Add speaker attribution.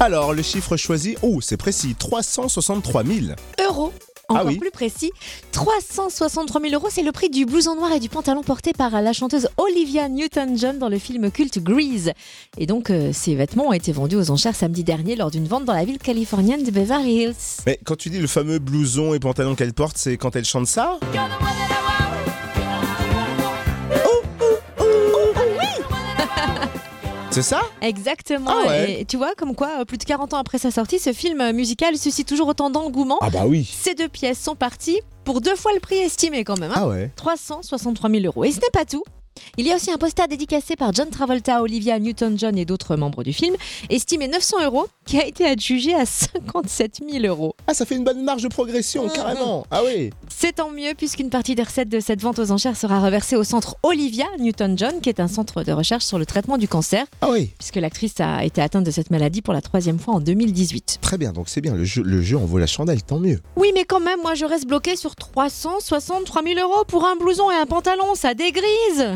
Speaker 1: Alors, le chiffre choisi, oh, c'est précis, 363 000.
Speaker 2: euros. Encore
Speaker 1: Ah oui.
Speaker 2: plus précis, 363 000 euros, c'est le prix du blouson noir et du pantalon porté par la chanteuse Olivia Newton-John dans le film culte Grease. Et donc, euh, ces vêtements ont été vendus aux enchères samedi dernier lors d'une vente dans la ville californienne de Beverly Hills.
Speaker 1: Mais quand tu dis le fameux blouson et pantalon qu'elle porte, c'est quand elle chante ça Oh, C'est ça
Speaker 2: Exactement.
Speaker 1: Ah ouais.
Speaker 2: Et tu vois, comme quoi, euh, plus de 40 ans après sa sortie, ce film euh, musical suscite toujours autant d'engouement.
Speaker 1: Ah bah oui.
Speaker 2: Ces deux pièces sont parties pour deux fois le prix estimé quand même. hein.
Speaker 1: Ah ouais.
Speaker 2: 363 000 euros. Et ce n'est pas tout. Il y a aussi un poster dédicacé par John Travolta, Olivia Newton-John et d'autres membres du film, estimé 900 euros, qui a été adjugé à 57 000 euros.
Speaker 1: Ah ça fait une bonne marge de progression
Speaker 2: Mhm.
Speaker 1: carrément. Ah oui.
Speaker 2: C'est tant mieux puisqu'une partie des recettes de cette vente aux enchères sera reversée au centre Olivia Newton-John, qui est un centre de recherche sur le traitement du cancer,
Speaker 1: Ah oui.
Speaker 2: puisque l'actrice a été atteinte de cette maladie pour la troisième fois en 2018.
Speaker 1: Très bien, donc c'est bien, le jeu, le jeu en vaut la chandelle, tant mieux.
Speaker 2: Oui, mais quand même, moi je reste bloquée sur 363 000 euros pour un blouson et un pantalon, ça dégrise